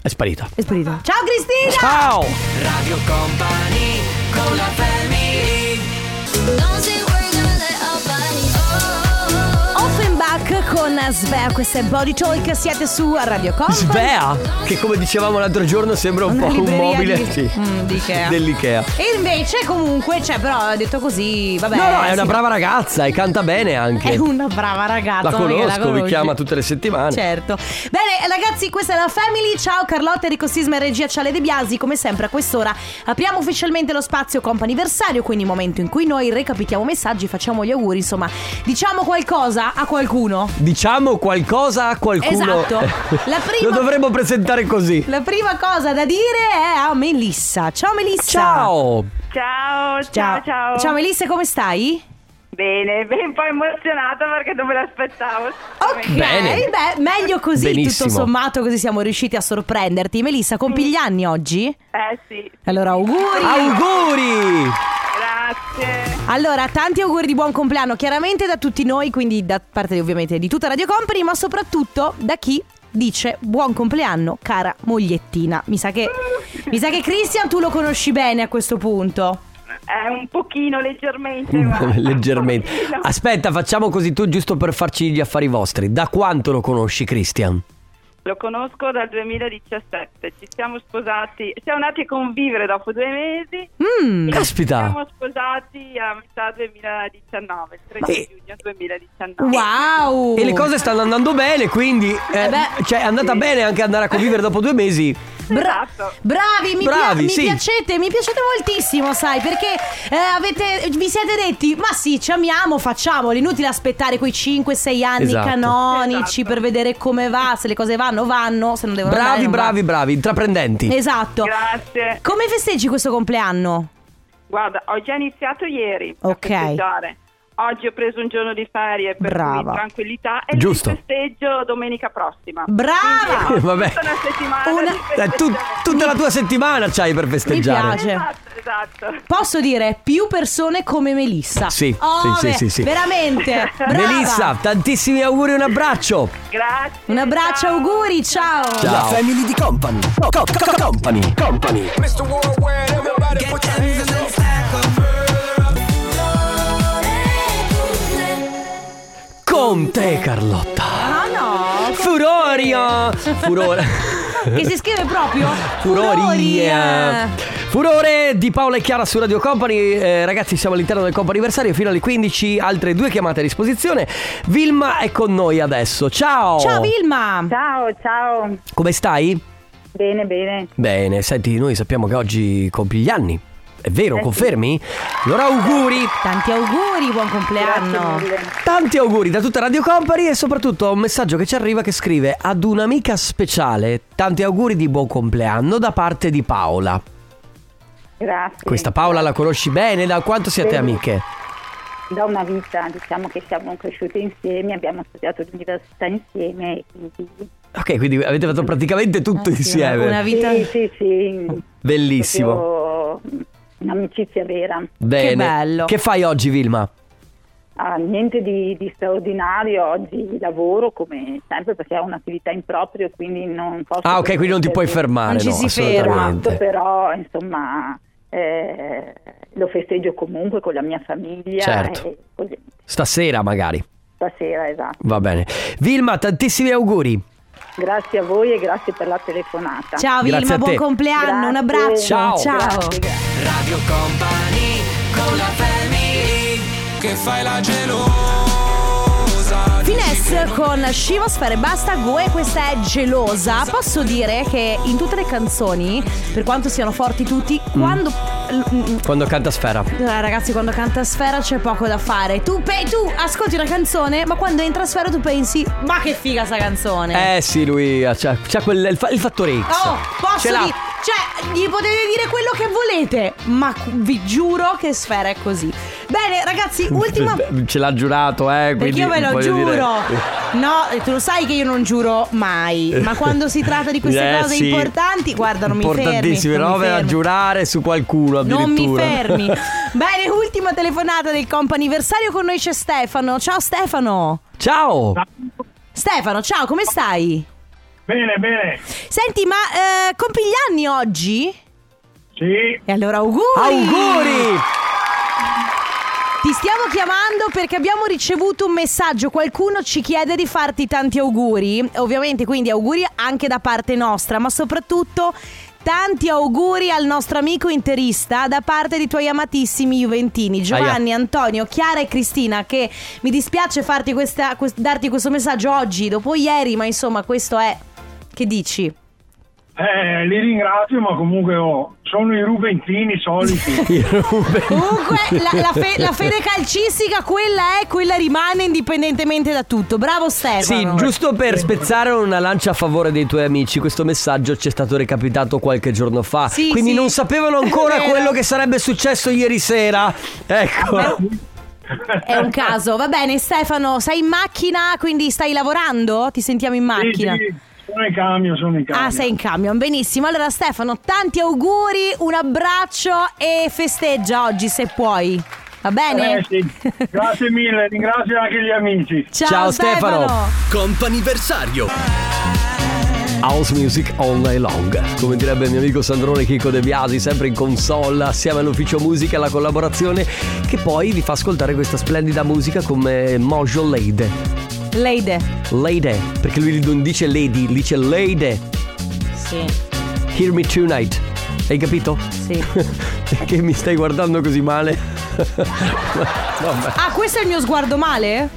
[SPEAKER 1] È sparita.
[SPEAKER 2] È sparito. Ciao Cristina! Ah,
[SPEAKER 1] Ciao.
[SPEAKER 3] Radio Company con la family
[SPEAKER 2] Offenbach con Svea, questo è Body Talk, siete su Radio Company
[SPEAKER 1] Svea, che come dicevamo l'altro giorno sembra un
[SPEAKER 2] Una
[SPEAKER 1] po' un
[SPEAKER 2] libreria
[SPEAKER 1] mobile
[SPEAKER 2] di-
[SPEAKER 1] sì,
[SPEAKER 2] mm, di Ikea.
[SPEAKER 1] dell'Ikea.
[SPEAKER 2] E invece comunque, cioè però detto così, vabbè
[SPEAKER 1] No, no, è una
[SPEAKER 2] sì.
[SPEAKER 1] brava ragazza e canta bene
[SPEAKER 2] È
[SPEAKER 1] anche.
[SPEAKER 2] una brava
[SPEAKER 1] La
[SPEAKER 2] ragazza non è che
[SPEAKER 1] conosco, vi
[SPEAKER 2] conosci.
[SPEAKER 1] chiama tutte le settimane.
[SPEAKER 2] Certo Bene ragazzi questa è la Family Ciao Carlotta, Enrico Sisma e regia Ciale De Biasi Come sempre a quest'ora apriamo ufficialmente lo spazio comp'anniversario Quindi momento in cui noi recapitiamo messaggi Facciamo gli auguri insomma Diciamo qualcosa a qualcuno
[SPEAKER 1] Diciamo qualcosa a qualcuno.
[SPEAKER 2] Esatto. La prima-
[SPEAKER 1] Lo dovremmo presentare così.
[SPEAKER 2] La prima cosa da dire è a Melissa Ciao Melissa
[SPEAKER 1] Ciao.
[SPEAKER 4] Ciao, ciao, ciao.
[SPEAKER 2] Ciao Melissa come stai?
[SPEAKER 4] Bene, ben un po' emozionata perché non me l'aspettavo.
[SPEAKER 2] Ok,
[SPEAKER 1] Bene.
[SPEAKER 2] beh, meglio così,
[SPEAKER 1] Benissimo.
[SPEAKER 2] tutto sommato, così siamo riusciti a sorprenderti. Melissa, compi gli anni oggi?
[SPEAKER 4] Eh sì,
[SPEAKER 2] Allora, auguri!
[SPEAKER 1] Auguri!
[SPEAKER 4] grazie.
[SPEAKER 2] Allora, tanti auguri di buon compleanno, chiaramente da tutti noi, quindi da parte ovviamente di tutta Radio Company, ma soprattutto da chi dice buon compleanno, cara mogliettina. Mi sa che, mi sa che Christian tu lo conosci bene a questo punto.
[SPEAKER 6] Eh,
[SPEAKER 4] È un pochino leggermente, ma
[SPEAKER 1] Leggermente.
[SPEAKER 4] un pochino.
[SPEAKER 1] Aspetta, facciamo così tu giusto per farci gli affari vostri. Da quanto lo conosci, Christian?
[SPEAKER 4] Lo conosco dal 2017, ci siamo sposati, siamo nati a convivere dopo due mesi.
[SPEAKER 2] Mm,
[SPEAKER 4] e
[SPEAKER 1] Caspita.
[SPEAKER 4] Ci siamo sposati a metà 2019, il 13
[SPEAKER 1] Ma-
[SPEAKER 4] giugno 2019.
[SPEAKER 2] wow!
[SPEAKER 1] E le cose stanno andando bene, quindi eh,
[SPEAKER 2] Eh beh,
[SPEAKER 1] cioè, è andata
[SPEAKER 4] sì.
[SPEAKER 1] bene anche andare a convivere dopo due mesi.
[SPEAKER 2] Bra-
[SPEAKER 4] Esatto.
[SPEAKER 2] bravi, mi,
[SPEAKER 1] Bravi,
[SPEAKER 2] mi
[SPEAKER 1] sì.
[SPEAKER 2] piacete, mi piacete moltissimo, sai, perché eh, avete- vi siete detti, ma sì, ci amiamo, facciamolo, inutile aspettare quei 5-6 anni
[SPEAKER 1] Esatto.
[SPEAKER 2] canonici
[SPEAKER 4] Esatto.
[SPEAKER 2] per vedere come va, se le cose vanno, vanno, se non devono andare,
[SPEAKER 1] Bravi,
[SPEAKER 2] non
[SPEAKER 1] bravi, bravi, intraprendenti.
[SPEAKER 2] vanno. Esatto.
[SPEAKER 4] Grazie.
[SPEAKER 2] Come festeggi questo compleanno?
[SPEAKER 4] Guarda, ho già iniziato ieri a
[SPEAKER 2] Ok.
[SPEAKER 4] festeggiare. Oggi ho preso un giorno di ferie per
[SPEAKER 2] Brava.
[SPEAKER 4] cui tranquillità e
[SPEAKER 1] Giusto. Eh,
[SPEAKER 4] il festeggio domenica prossima.
[SPEAKER 2] Brava!
[SPEAKER 4] Quindi,
[SPEAKER 1] Vabbè.
[SPEAKER 4] Tutta una settimana
[SPEAKER 2] Una-
[SPEAKER 4] di
[SPEAKER 1] Eh, tu-
[SPEAKER 4] festeggiamento.
[SPEAKER 1] tutta la tua settimana c'hai per festeggiare.
[SPEAKER 2] piace.
[SPEAKER 4] Esatto, esatto.
[SPEAKER 2] Posso dire più persone come Melissa.
[SPEAKER 1] Sì,
[SPEAKER 2] Oh,
[SPEAKER 1] sì,
[SPEAKER 2] beh,
[SPEAKER 1] sì, sì, sì.
[SPEAKER 2] Veramente. Brava.
[SPEAKER 1] Melissa, tantissimi auguri e un abbraccio.
[SPEAKER 4] Grazie.
[SPEAKER 2] Un abbraccio,
[SPEAKER 4] ciao.
[SPEAKER 2] auguri, ciao.
[SPEAKER 1] La family di Company. company. Company. Con te, Carlotta.
[SPEAKER 2] Ah no.
[SPEAKER 1] Furoria. Furore.
[SPEAKER 2] Che si scrive proprio
[SPEAKER 1] eh.
[SPEAKER 2] eh.
[SPEAKER 1] Furoria.
[SPEAKER 2] Furoria.
[SPEAKER 1] Furore di Paola e Chiara su Radio Company. Eh, ragazzi, siamo all'interno del compo anniversario fino alle 15. Altre due chiamate a disposizione. Vilma è con noi adesso. Ciao.
[SPEAKER 2] Ciao Vilma.
[SPEAKER 6] Ciao, ciao.
[SPEAKER 1] Come stai?
[SPEAKER 6] Bene, bene.
[SPEAKER 1] Bene, senti, noi sappiamo che oggi compi gli anni. È
[SPEAKER 6] Eh
[SPEAKER 1] vero, confermi? Allora auguri,
[SPEAKER 2] Tanti auguri, buon
[SPEAKER 6] Grazie
[SPEAKER 2] compleanno.
[SPEAKER 6] mille.
[SPEAKER 1] tanti auguri da tutta Radio Company e soprattutto un messaggio che ci arriva che scrive ad un'amica speciale, tanti auguri di buon compleanno da parte di Paola.
[SPEAKER 6] Grazie.
[SPEAKER 1] Questa Paola la conosci bene, da quanto siete
[SPEAKER 6] Sì.
[SPEAKER 1] amiche?
[SPEAKER 6] Da una vita, diciamo che siamo cresciute insieme, abbiamo studiato l'università insieme. e Quindi...
[SPEAKER 1] Ok, quindi avete fatto praticamente tutto
[SPEAKER 2] Eh sì,
[SPEAKER 1] insieme.
[SPEAKER 2] una vita-
[SPEAKER 6] Sì, sì, sì.
[SPEAKER 1] Oh. Bellissimo.
[SPEAKER 6] Proprio Un'amicizia vera.
[SPEAKER 1] Bene.
[SPEAKER 2] Che bello.
[SPEAKER 1] Che fai oggi Vilma?
[SPEAKER 6] Ah, niente di, di straordinario, oggi lavoro come sempre perché ho un'attività in proprio, quindi non posso...
[SPEAKER 1] Ah, ok, quindi non ti puoi fermare,
[SPEAKER 2] Non ci
[SPEAKER 1] no,
[SPEAKER 2] si
[SPEAKER 1] assolutamente.
[SPEAKER 6] Esatto, però insomma eh, lo festeggio comunque con la mia famiglia.
[SPEAKER 1] Certo.
[SPEAKER 6] e con gli-
[SPEAKER 1] Stasera magari.
[SPEAKER 6] Stasera, esatto.
[SPEAKER 1] Va bene. Vilma, tantissimi auguri.
[SPEAKER 6] Grazie a voi e grazie per la telefonata.
[SPEAKER 2] Ciao
[SPEAKER 1] Grazie
[SPEAKER 2] Vilma,
[SPEAKER 1] a
[SPEAKER 2] buon
[SPEAKER 1] te.
[SPEAKER 2] compleanno, un
[SPEAKER 6] Grazie.
[SPEAKER 2] abbraccio.
[SPEAKER 1] Ciao.
[SPEAKER 2] Ciao.
[SPEAKER 6] Grazie, grazie.
[SPEAKER 3] Radio Company con la family
[SPEAKER 2] Finesse Mix con Shiva Sfere Basta Gue, questa è gelosa. Posso dire che in tutte le canzoni, per quanto siano forti tutti,
[SPEAKER 1] Mm.
[SPEAKER 2] quando l-
[SPEAKER 1] Quando canta Sfera.
[SPEAKER 2] eh, Ragazzi, quando canta Sfera c'è poco da fare. Tu, pe- tu ascolti una canzone, ma quando entra Sfera tu pensi, ma che figa sta canzone.
[SPEAKER 1] Eh sì, lui ha- c'ha, c'ha quel, il, fa- il fattore X.
[SPEAKER 2] Oh, posso
[SPEAKER 1] Ce l'ha.
[SPEAKER 2] dire, cioè, gli potete dire quello che volete, ma cu- vi giuro che Sfera è così. Bene, ragazzi, ultima
[SPEAKER 1] Ce l'ha giurato, eh.
[SPEAKER 2] Perché
[SPEAKER 1] quindi
[SPEAKER 2] io ve lo
[SPEAKER 1] voglio
[SPEAKER 2] giuro.
[SPEAKER 1] dire-
[SPEAKER 2] No, tu lo sai che io non giuro mai. Ma quando si tratta di queste
[SPEAKER 1] Eh,
[SPEAKER 2] cose
[SPEAKER 1] sì.
[SPEAKER 2] importanti, guarda, non mi fermi.
[SPEAKER 1] Importantissime
[SPEAKER 2] non mi
[SPEAKER 1] robe da
[SPEAKER 2] fermi.
[SPEAKER 1] giurare su qualcuno
[SPEAKER 2] Non
[SPEAKER 1] addirittura.
[SPEAKER 2] mi fermi. Bene, ultima telefonata del comp anniversario con noi c'è Stefano. Ciao Stefano.
[SPEAKER 1] Ciao!
[SPEAKER 2] Stefano, ciao, come stai?
[SPEAKER 7] Bene, bene.
[SPEAKER 2] Senti, ma eh, compi gli anni oggi?
[SPEAKER 7] Sì,
[SPEAKER 2] E allora auguri!
[SPEAKER 1] Auguri!
[SPEAKER 2] Ti stiamo chiamando perché abbiamo ricevuto un messaggio, qualcuno ci chiede di farti tanti auguri, ovviamente quindi auguri anche da parte nostra, ma soprattutto tanti auguri al nostro amico interista da parte dei tuoi amatissimi Juventini, Giovanni, Antonio, Chiara e Cristina, che mi dispiace farti questa, quest- darti questo messaggio oggi, dopo ieri, ma insomma questo è... Che dici?
[SPEAKER 7] eh, li ringrazio, ma comunque oh, sono i Rubentini soliti.
[SPEAKER 1] I Ruben.
[SPEAKER 2] Comunque la, la fe- la fede calcistica quella è, quella rimane indipendentemente da tutto. Bravo
[SPEAKER 1] Sì,
[SPEAKER 2] Stefano.
[SPEAKER 1] giusto per spezzare una lancia a favore dei tuoi amici, questo messaggio ci è stato recapitato qualche giorno fa.
[SPEAKER 2] Sì,
[SPEAKER 1] quindi
[SPEAKER 2] sì.
[SPEAKER 1] non sapevano
[SPEAKER 2] È
[SPEAKER 1] ancora
[SPEAKER 2] vero.
[SPEAKER 1] quello che sarebbe successo ieri sera. Ecco.
[SPEAKER 2] È un caso, va bene Stefano, sei in macchina, quindi stai lavorando? Ti sentiamo in
[SPEAKER 7] Sì,
[SPEAKER 2] macchina.
[SPEAKER 7] sì, sono in cambio, sono in cambio.
[SPEAKER 2] Ah, sei in camion, benissimo. Allora Stefano, tanti auguri, un abbraccio e festeggia oggi se puoi. Va bene?
[SPEAKER 7] Eh, sì. Grazie mille, ringrazio anche gli amici.
[SPEAKER 2] Ciao,
[SPEAKER 1] Ciao,
[SPEAKER 2] Stefano.
[SPEAKER 1] Stefano.
[SPEAKER 9] Comp'anniversario
[SPEAKER 1] House music all night long. Come direbbe il mio amico Sandrone Chico De Biasi, sempre in console, assieme all'ufficio musica e alla collaborazione, che poi vi fa ascoltare questa splendida musica come Mojo Lady.
[SPEAKER 2] Leide.
[SPEAKER 1] Lady, perché lui non dice lady, dice lady.
[SPEAKER 2] Sì,
[SPEAKER 1] Hear me tonight. Hai capito?
[SPEAKER 2] sì.
[SPEAKER 1] Perché mi stai guardando così male? Vabbè,
[SPEAKER 2] Ah, questo è il mio sguardo male?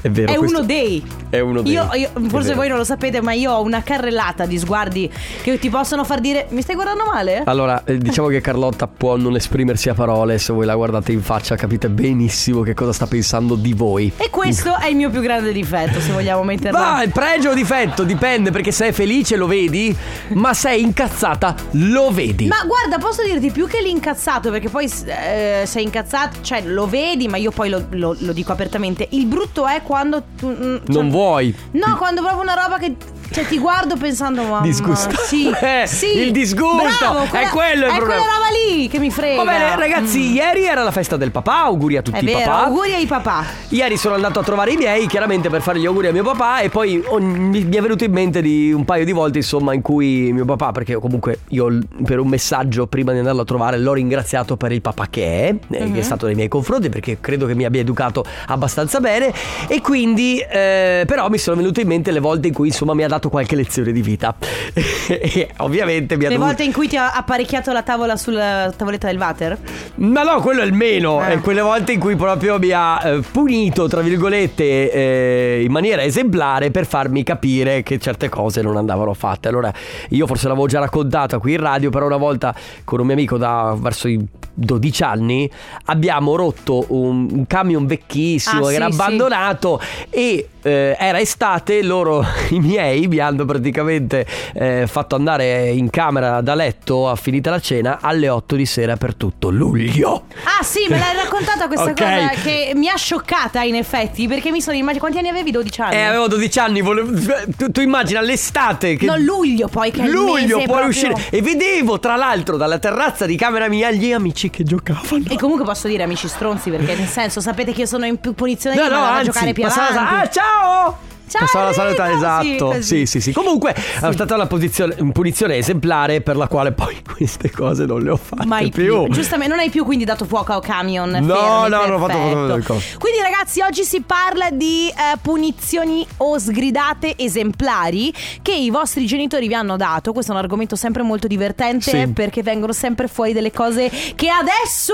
[SPEAKER 1] è vero.
[SPEAKER 2] È
[SPEAKER 1] questo-
[SPEAKER 2] uno dei.
[SPEAKER 1] È uno dei.
[SPEAKER 2] Io, io-
[SPEAKER 1] È
[SPEAKER 2] forse
[SPEAKER 1] vero.
[SPEAKER 2] voi non lo sapete, ma io ho una carrellata di sguardi che ti possono far dire: Mi stai guardando male?
[SPEAKER 1] Allora, eh, diciamo che Carlotta può non esprimersi a parole, se voi la guardate in faccia capite benissimo che cosa sta pensando di voi.
[SPEAKER 2] E questo è il mio più grande difetto, se vogliamo metterlo.
[SPEAKER 1] Ma il pregio o difetto dipende perché sei felice lo vedi, ma sei incazzata lo vedi.
[SPEAKER 2] Ma guarda, posso dirti più che l'incazzato, perché poi eh, sei incazzato, cioè lo vedi, ma io poi lo, lo- lo dico apertamente. Il brutto è quando tu. mm, cioè-
[SPEAKER 1] Non vuoi.
[SPEAKER 2] No, quando proprio una roba che. Cioè, ti guardo pensando, mamma.
[SPEAKER 1] Disgusto.
[SPEAKER 2] Sì,
[SPEAKER 1] Eh,
[SPEAKER 2] sì.
[SPEAKER 1] il disgusto,
[SPEAKER 2] Bravo,
[SPEAKER 1] è quello il
[SPEAKER 2] è
[SPEAKER 1] problema.
[SPEAKER 2] quella roba lì che mi frega.
[SPEAKER 1] Va bene ragazzi, ieri era la festa del papà, auguri a tutti
[SPEAKER 2] Mm. È
[SPEAKER 1] i
[SPEAKER 2] vero,
[SPEAKER 1] papà.
[SPEAKER 2] auguri ai papà.
[SPEAKER 1] Ieri sono andato a trovare i miei, chiaramente per fare gli auguri a mio papà e poi ogni- mi mi è venuto in mente di un paio di volte, insomma, in cui mio papà, perché comunque io l- per un messaggio prima di andarlo a trovare l'ho ringraziato per il papà che è, eh,
[SPEAKER 2] Mhm.
[SPEAKER 1] che è stato nei miei confronti, perché credo che mi abbia educato abbastanza bene e quindi eh, però mi sono venute in mente le volte in cui insomma mi ha dato qualche lezione di vita. e ovviamente mi ha
[SPEAKER 2] Le
[SPEAKER 1] dovuto...
[SPEAKER 2] volte in cui ti ha apparecchiato la tavola sulla tavoletta del water?
[SPEAKER 1] Ma no, quello è il meno.
[SPEAKER 2] Eh.
[SPEAKER 1] È quelle volte in cui proprio mi ha eh, punito, tra virgolette, eh, in maniera esemplare per farmi capire che certe cose non andavano fatte. Allora, io forse l'avevo già raccontata qui in radio, però una volta con un mio amico da verso i 12 anni abbiamo rotto un, un camion vecchissimo
[SPEAKER 2] Ah,
[SPEAKER 1] che era
[SPEAKER 2] sì, sì.
[SPEAKER 1] abbandonato e eh, era estate, loro, i miei, mi hanno praticamente eh, fatto andare in camera da letto, a finita la cena, alle 8 di sera per tutto luglio. Eh,
[SPEAKER 2] Ah sì, me l'hai raccontata questa
[SPEAKER 1] Ok.
[SPEAKER 2] cosa che mi ha scioccata in effetti perché mi sono immaginata... Quanti anni avevi? 12 anni?
[SPEAKER 1] E Eh, avevo 12 anni, volevo- tu, tu immagina l'estate che...
[SPEAKER 2] No, luglio poi che è il
[SPEAKER 1] Luglio puoi
[SPEAKER 2] mese proprio.
[SPEAKER 1] uscire e vedevo tra l'altro dalla terrazza di camera mia gli amici che giocavano.
[SPEAKER 2] E comunque posso dire amici stronzi perché nel senso sapete che io sono in pu- punizione
[SPEAKER 1] No,
[SPEAKER 2] di
[SPEAKER 1] no,
[SPEAKER 2] andare a
[SPEAKER 1] anzi,
[SPEAKER 2] giocare più
[SPEAKER 1] passava la sa-
[SPEAKER 2] avanti.
[SPEAKER 1] Ah, ciao!
[SPEAKER 2] Ciao,
[SPEAKER 1] Passava la
[SPEAKER 2] arrivo,
[SPEAKER 1] saluta,
[SPEAKER 2] sì,
[SPEAKER 1] esatto.
[SPEAKER 2] così.
[SPEAKER 1] Sì, sì, sì. Comunque è stata una posizione- una punizione esemplare per la quale poi queste cose non le ho fatte
[SPEAKER 2] Mai
[SPEAKER 1] più.
[SPEAKER 2] più. Giustamente, non hai più quindi dato fuoco a camion.
[SPEAKER 1] No,
[SPEAKER 2] fermi,
[SPEAKER 1] no, non ho fatto-
[SPEAKER 2] perfetto.
[SPEAKER 1] non ho fatto-
[SPEAKER 2] Quindi, ragazzi, oggi si parla di eh, punizioni o sgridate esemplari che i vostri genitori vi hanno dato. Questo è un argomento sempre molto divertente
[SPEAKER 1] Sì.
[SPEAKER 2] perché vengono sempre fuori delle cose che adesso,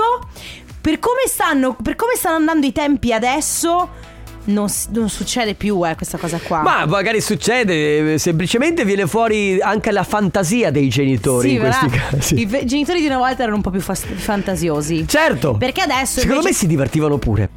[SPEAKER 2] per come stanno, per come stanno andando i tempi adesso. non, s- non succede più eh, questa cosa qua.
[SPEAKER 1] Ma magari succede, eh, semplicemente viene fuori anche la fantasia dei genitori
[SPEAKER 2] Sì,
[SPEAKER 1] in questi
[SPEAKER 2] verrà.
[SPEAKER 1] casi.
[SPEAKER 2] I ve- genitori di una volta erano un po' più fas- fantasiosi.
[SPEAKER 1] Certo.
[SPEAKER 2] Perché adesso
[SPEAKER 1] Secondo me
[SPEAKER 2] invece-
[SPEAKER 1] si divertivano pure.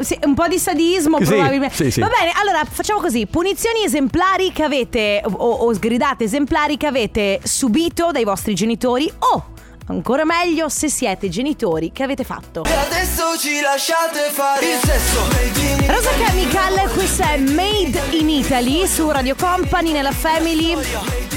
[SPEAKER 2] Sì, un po' di sadismo
[SPEAKER 1] Sì,
[SPEAKER 2] probabilmente.
[SPEAKER 1] sì, sì.
[SPEAKER 2] Va bene, allora facciamo così: punizioni esemplari che avete o, o sgridate esemplari che avete subito dai vostri genitori o ancora meglio se siete genitori che avete fatto.
[SPEAKER 3] Adesso ci lasciate fare il sesso
[SPEAKER 2] Rosa Chemical, questa è Made in Italy su Radio Company nella Family.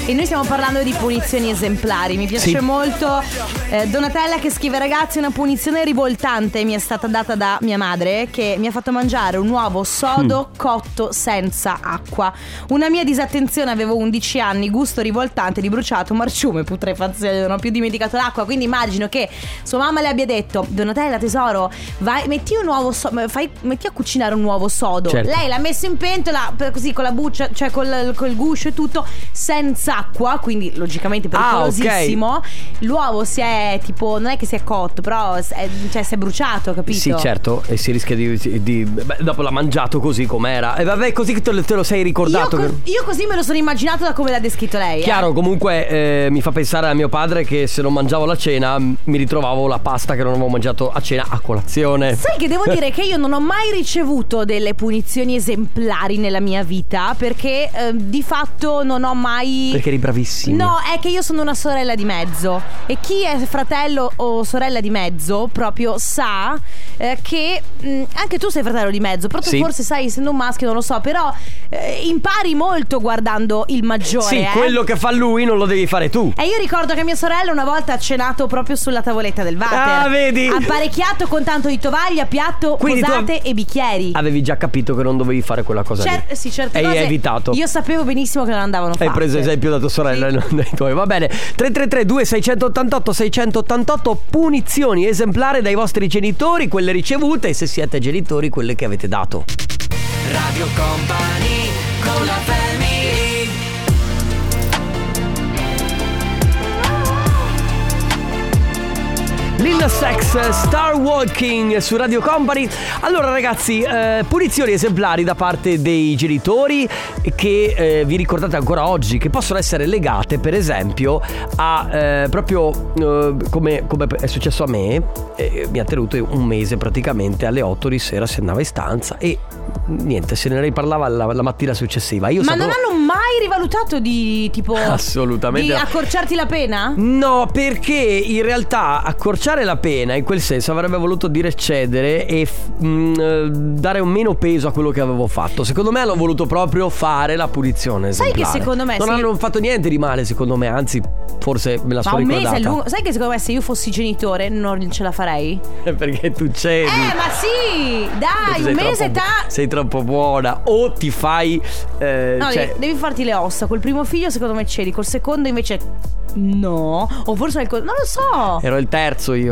[SPEAKER 2] E noi stiamo parlando di punizioni esemplari. Mi piace
[SPEAKER 1] Sì.
[SPEAKER 2] molto eh, Donatella che scrive: Ragazzi, una punizione rivoltante mi è stata data da mia madre che mi ha fatto mangiare un uovo sodo
[SPEAKER 1] Mm.
[SPEAKER 2] cotto senza acqua. Una mia disattenzione, avevo 11 anni, gusto rivoltante di bruciato, marciume, putrefazione, non ho più dimenticato l'acqua. Quindi immagino che sua mamma le abbia detto: Donatella, tesoro, vai, metti un uovo sodo, fai, metti a cucinare un uovo sodo.
[SPEAKER 1] Certo.
[SPEAKER 2] Lei l'ha messo in pentola per- così con la buccia, cioè col, col guscio e tutto, senza acqua, quindi logicamente
[SPEAKER 1] Ah, ok.
[SPEAKER 2] pericolosissimo. L'uovo si è tipo, non è che si è cotto, però s- è- cioè, si è bruciato, capito?
[SPEAKER 1] Sì, certo, e si rischia di. di- beh, dopo l'ha mangiato così com'era. E vabbè, così che te lo, te lo sei
[SPEAKER 2] Io,
[SPEAKER 1] ricordato.
[SPEAKER 2] co- io così me lo sono immaginato da come l'ha descritto lei. eh.
[SPEAKER 1] Chiaro, comunque eh, mi fa pensare a mio padre che se non mangiavo la cena m- mi ritrovavo la pasta che non avevo mangiato a cena a colazione.
[SPEAKER 2] Sai che devo dire che io non ho mai ricevuto delle punizioni esemplari nella mia vita perché eh, di fatto non ho mai...
[SPEAKER 1] Perché eri bravissimo.
[SPEAKER 2] No, è che io sono una sorella di mezzo e chi è fratello o sorella di mezzo proprio sa eh, che mh, anche tu sei fratello di mezzo, però tu
[SPEAKER 1] Sì.
[SPEAKER 2] forse sai, essendo un maschio non lo so, però eh, impari molto guardando il maggiore.
[SPEAKER 1] Sì,
[SPEAKER 2] eh.
[SPEAKER 1] quello che fa lui non lo devi fare tu.
[SPEAKER 2] E io ricordo che mia sorella una volta ha cenato proprio sulla tavoletta del water.
[SPEAKER 1] Ah, vedi?
[SPEAKER 2] Apparecchiato con tanto di tovaglia, piatto,
[SPEAKER 1] Quindi tu
[SPEAKER 2] posate
[SPEAKER 1] av-
[SPEAKER 2] e bicchieri.
[SPEAKER 1] Avevi già capito che non dovevi fare quella cosa
[SPEAKER 2] Cer-
[SPEAKER 1] lì.
[SPEAKER 2] sì, certe
[SPEAKER 1] E hai
[SPEAKER 2] cose
[SPEAKER 1] evitato.
[SPEAKER 2] Io sapevo benissimo che non andavano fatte.
[SPEAKER 1] Hai preso esempio da tua sorella e non dai tuoi. Va bene. 333 2688 688 punizioni esemplari dai vostri genitori, quelle ricevute e se siete genitori quelle che avete dato.
[SPEAKER 3] Radio Company con la family
[SPEAKER 1] Lil Sex Star Walking su Radio Company. Allora ragazzi, eh, punizioni esemplari da parte dei genitori che eh, vi ricordate ancora oggi, che possono essere legate per esempio a eh, proprio eh, come, come è successo a me, eh, mi ha tenuto un mese praticamente alle 8 di sera se andava in stanza e mm, niente, se ne riparlava la, la mattina successiva. Io
[SPEAKER 2] Ma
[SPEAKER 1] sapevo-
[SPEAKER 2] non hanno mai rivalutato di tipo
[SPEAKER 1] Assolutamente
[SPEAKER 2] di
[SPEAKER 1] no.
[SPEAKER 2] accorciarti la pena?
[SPEAKER 1] No, perché in realtà accorciare la pena in quel senso avrebbe voluto dire cedere e f- mh, eh, dare un meno peso a quello che avevo fatto. Secondo me hanno voluto proprio fare la punizione.
[SPEAKER 2] Sai che
[SPEAKER 1] esemplare.
[SPEAKER 2] secondo me
[SPEAKER 1] Non
[SPEAKER 2] se-
[SPEAKER 1] hanno fatto niente di male, secondo me, anzi, forse me la
[SPEAKER 2] Ma
[SPEAKER 1] sono
[SPEAKER 2] un mese
[SPEAKER 1] ricordata.
[SPEAKER 2] è lungo. Sai che secondo me se io fossi genitore non ce la farei?
[SPEAKER 1] perché tu cedi.
[SPEAKER 2] Eh, ma sì! Dai,
[SPEAKER 1] Sei
[SPEAKER 2] un mese
[SPEAKER 1] troppo-
[SPEAKER 2] ta.
[SPEAKER 1] Sei troppo buona. O ti fai. eh,
[SPEAKER 2] No,
[SPEAKER 1] cioè,
[SPEAKER 2] devi- devi farti le ossa. Col primo figlio, secondo me, cedi. Col secondo, invece, no. O forse al. co- Non lo so.
[SPEAKER 1] Ero il terzo io.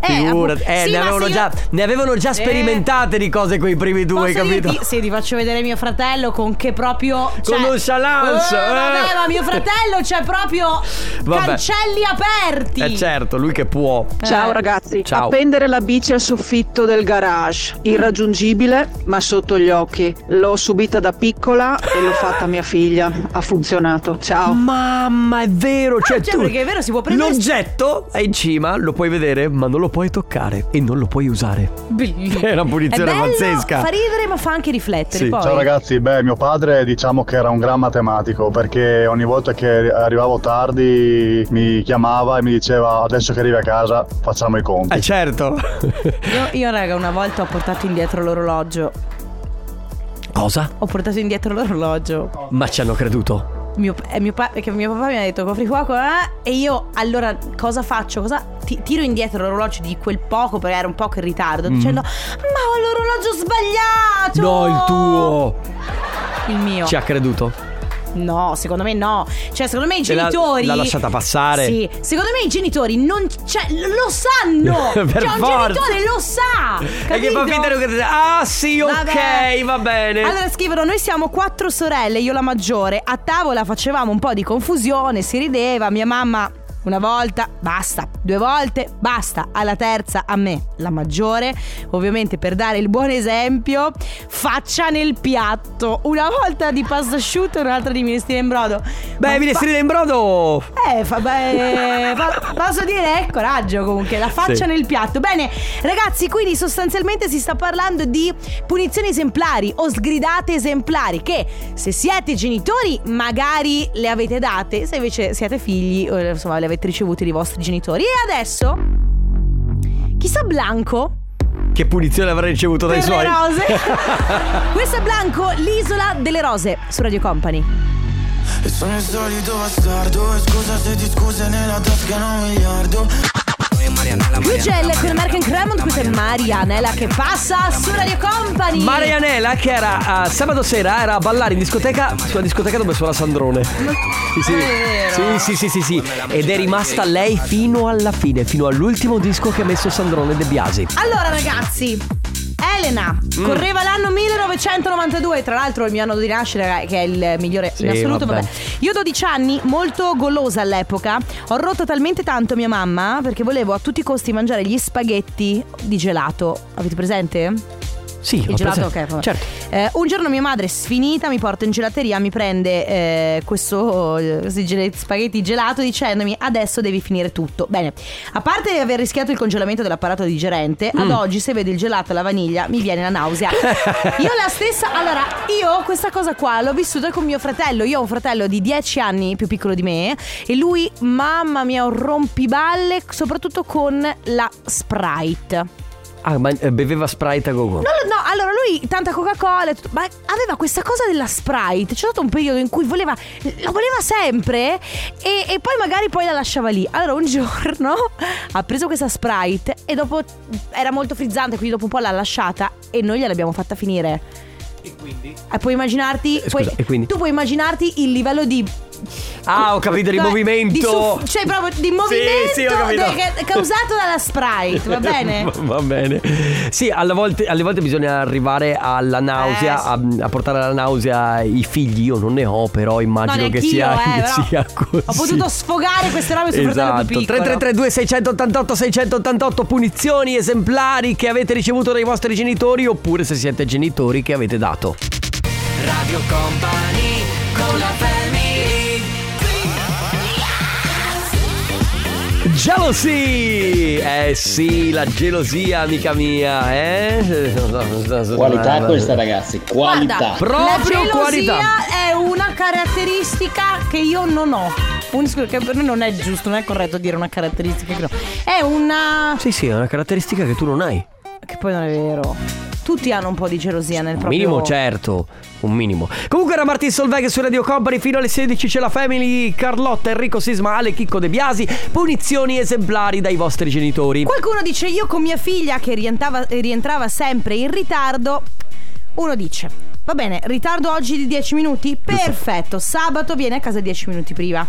[SPEAKER 2] Eh,
[SPEAKER 1] Figurati.
[SPEAKER 2] appunto-
[SPEAKER 1] Eh,
[SPEAKER 2] sì,
[SPEAKER 1] ne,
[SPEAKER 2] ma
[SPEAKER 1] avevano
[SPEAKER 2] se io- Eh.
[SPEAKER 1] già, ne avevano già sperimentate di cose con i primi due,
[SPEAKER 2] Posso
[SPEAKER 1] capito?
[SPEAKER 2] dirti- sì, ti faccio vedere mio fratello con che proprio. Cioè,
[SPEAKER 1] Con nonchalance,
[SPEAKER 2] Eh, vabbè,
[SPEAKER 1] eh.
[SPEAKER 2] ma mio fratello c'è proprio.
[SPEAKER 1] Vabbè.
[SPEAKER 2] Cancelli aperti. Eh.
[SPEAKER 1] Eh certo, lui che può.
[SPEAKER 9] Ciao ragazzi,
[SPEAKER 1] Ciao.
[SPEAKER 9] appendere la bici al soffitto del garage, irraggiungibile ma sotto gli occhi. L'ho subita da piccola e l'ho fatta a mia figlia, ha funzionato. Ciao.
[SPEAKER 1] Mamma, è vero, cioè
[SPEAKER 2] cioè,
[SPEAKER 1] tu
[SPEAKER 2] perché è vero, si può prendere-
[SPEAKER 1] L'oggetto è in cima, lo puoi vedere, ma non lo puoi toccare e non lo puoi usare.
[SPEAKER 2] Bellissimo.
[SPEAKER 1] È una punizione
[SPEAKER 2] È bello,
[SPEAKER 1] pazzesca.
[SPEAKER 2] Fa ridere, ma fa anche riflettere.
[SPEAKER 1] Sì,
[SPEAKER 2] poi.
[SPEAKER 10] Ciao ragazzi, beh mio padre diciamo che era un gran matematico perché ogni volta che arrivavo tardi mi chiamava e mi diceva adesso che arrivi a casa facciamo i conti.
[SPEAKER 1] Eh certo.
[SPEAKER 2] Io, io, raga, una volta ho portato indietro l'orologio.
[SPEAKER 1] Cosa?
[SPEAKER 2] Ho portato indietro l'orologio.
[SPEAKER 1] Ma ci hanno creduto.
[SPEAKER 2] Mio, eh, mio pa- perché mio papà mi ha detto copri fuoco eh?" e io allora cosa faccio? Cosa? ti- tiro indietro l'orologio di quel poco perché era un poco in ritardo dicendo ma ho l'orologio sbagliato!
[SPEAKER 1] Mhm. No, il tuo. Cioè,
[SPEAKER 2] Il mio.
[SPEAKER 1] Ci ha creduto.
[SPEAKER 2] No, secondo me no. Cioè, secondo me i
[SPEAKER 1] Te l'ha-
[SPEAKER 2] genitori.
[SPEAKER 1] l'ha lasciata passare.
[SPEAKER 2] Sì, secondo me i genitori non. Cioè, lo sanno!
[SPEAKER 1] Per
[SPEAKER 2] cioè, un
[SPEAKER 1] forza.
[SPEAKER 2] genitore lo sa!
[SPEAKER 1] E che fa
[SPEAKER 2] capito?
[SPEAKER 1] finta che Ah, sì, ok,
[SPEAKER 2] Vabbè.
[SPEAKER 1] va bene.
[SPEAKER 2] Allora scrivono: Noi siamo quattro sorelle, io la maggiore. A tavola facevamo un po' di confusione, si rideva, mia mamma. una volta, basta, due volte, basta, alla terza a me, la maggiore, ovviamente per dare il buon esempio, faccia nel piatto, una volta di pasta asciutta e un'altra di minestrina in brodo.
[SPEAKER 1] Beh,
[SPEAKER 2] Ma
[SPEAKER 1] mi
[SPEAKER 2] fa-
[SPEAKER 1] in brodo.
[SPEAKER 2] eh, fa- beh, fa- posso dire, eh, coraggio comunque, la faccia
[SPEAKER 1] Sì.
[SPEAKER 2] nel piatto. Bene, ragazzi, quindi sostanzialmente si sta parlando di punizioni esemplari o sgridate esemplari che se siete genitori magari le avete date, se invece siete figli, eh, insomma, le avete ricevute dai vostri genitori. E adesso, chissà Blanco
[SPEAKER 1] Che punizione avrei ricevuto dai
[SPEAKER 2] per
[SPEAKER 1] suoi?
[SPEAKER 2] le rose. Questo è Blanco, l'isola delle rose, su Radio Company.
[SPEAKER 11] E sono il solito bastardo E scusa se ti scuse nella tasca hanno un miliardo
[SPEAKER 2] Gugel con American Cremont, questa è Marianella che passa su Radio Company.
[SPEAKER 1] Marianela che era eh, sabato sera era a ballare in discoteca sulla discoteca dove suona Sandrone. Sì, sì. Sì, sì, sì, sì, sì. Ed è rimasta lei fino alla fine, fino all'ultimo disco che ha messo Sandrone De Biasi.
[SPEAKER 2] Allora ragazzi, Elena
[SPEAKER 1] Mm.
[SPEAKER 2] correva l'anno 1992, tra l'altro il mio anno di nascita eh, che è il migliore
[SPEAKER 1] Sì,
[SPEAKER 2] in assoluto.
[SPEAKER 1] vabbè.
[SPEAKER 2] Vabbè. Io ho 12 anni, molto golosa all'epoca, ho rotto talmente tanto mia mamma perché volevo a tutti i costi mangiare gli spaghetti di gelato. Avete presente?
[SPEAKER 1] Sì,
[SPEAKER 2] il
[SPEAKER 1] ho
[SPEAKER 2] gelato,
[SPEAKER 1] presente.
[SPEAKER 2] ok. vabbè.
[SPEAKER 1] Certo.
[SPEAKER 2] Eh, un giorno mia madre sfinita mi porta in gelateria, mi prende eh, questo eh, questi gel- spaghetti gelato dicendomi adesso devi finire tutto. Bene, a parte di aver rischiato il congelamento dell'apparato digerente, ad
[SPEAKER 12] Mm.
[SPEAKER 2] oggi se vedo il gelato alla vaniglia mi viene la nausea. io la stessa, allora io questa cosa qua l'ho vissuta con mio fratello, io ho un fratello di 10 anni più piccolo di me e lui, mamma mia, un rompiballe soprattutto con la Sprite.
[SPEAKER 1] Ah, ma eh, beveva Sprite a gogo.
[SPEAKER 2] No, no, no, allora lui tanta Coca-Cola, e tutto, ma aveva questa cosa della Sprite. C'è stato un periodo in cui voleva, la voleva sempre e, e poi magari poi la lasciava lì. Allora un giorno ha preso questa Sprite e dopo era molto frizzante, quindi dopo un po' l'ha lasciata e noi gliel'abbiamo fatta finire. E quindi? puoi immaginarti, puoi-
[SPEAKER 1] Eh, e quindi?
[SPEAKER 2] tu puoi immaginarti il livello di...
[SPEAKER 1] Ah, ho capito, il
[SPEAKER 2] Cioè, di
[SPEAKER 1] movimento.
[SPEAKER 2] suff- cioè proprio di movimento
[SPEAKER 1] sì, ho capito.
[SPEAKER 2] de- che- causato dalla Sprite, va bene?
[SPEAKER 1] Va bene. Sì, alle volte, alle volte bisogna arrivare alla nausea,
[SPEAKER 2] Eh,
[SPEAKER 1] a, a portare alla nausea i figli. Io non ne ho, però immagino che,
[SPEAKER 2] neanch'io,
[SPEAKER 1] sia,
[SPEAKER 2] eh,
[SPEAKER 1] che
[SPEAKER 2] però
[SPEAKER 1] sia così.
[SPEAKER 2] Ho potuto sfogare queste robe sul fratello più
[SPEAKER 1] Esatto,
[SPEAKER 2] piccolo.
[SPEAKER 1] 3332 688 688 punizioni esemplari che avete ricevuto dai vostri genitori oppure se siete genitori che avete dato.
[SPEAKER 3] Radio Company con la family
[SPEAKER 1] Jealousy! Eh sì, la gelosia amica mia, eh?
[SPEAKER 13] Qualità questa, ragazzi, qualità.
[SPEAKER 2] Guarda,
[SPEAKER 1] Proprio
[SPEAKER 2] la gelosia
[SPEAKER 1] qualità.
[SPEAKER 2] è una caratteristica che io non ho. Un- scusa, che per me non è giusto, non è corretto dire una caratteristica che non ho. È una.
[SPEAKER 1] Sì, sì, è una caratteristica che tu non hai.
[SPEAKER 2] Che poi non è vero. Tutti hanno un po' di gelosia nel proprio
[SPEAKER 1] Minimo, certo, un minimo. Comunque era Martin Solveig su Radio Company fino alle 16 c'è la Family, Carlotta, Enrico Sisma, Ale, Chicco De Biasi, punizioni esemplari dai vostri genitori.
[SPEAKER 2] Qualcuno dice io con mia figlia che rientrava, rientrava sempre in ritardo. Uno dice, va bene, ritardo oggi di 10 minuti? Perfetto, sabato viene a casa 10 minuti prima.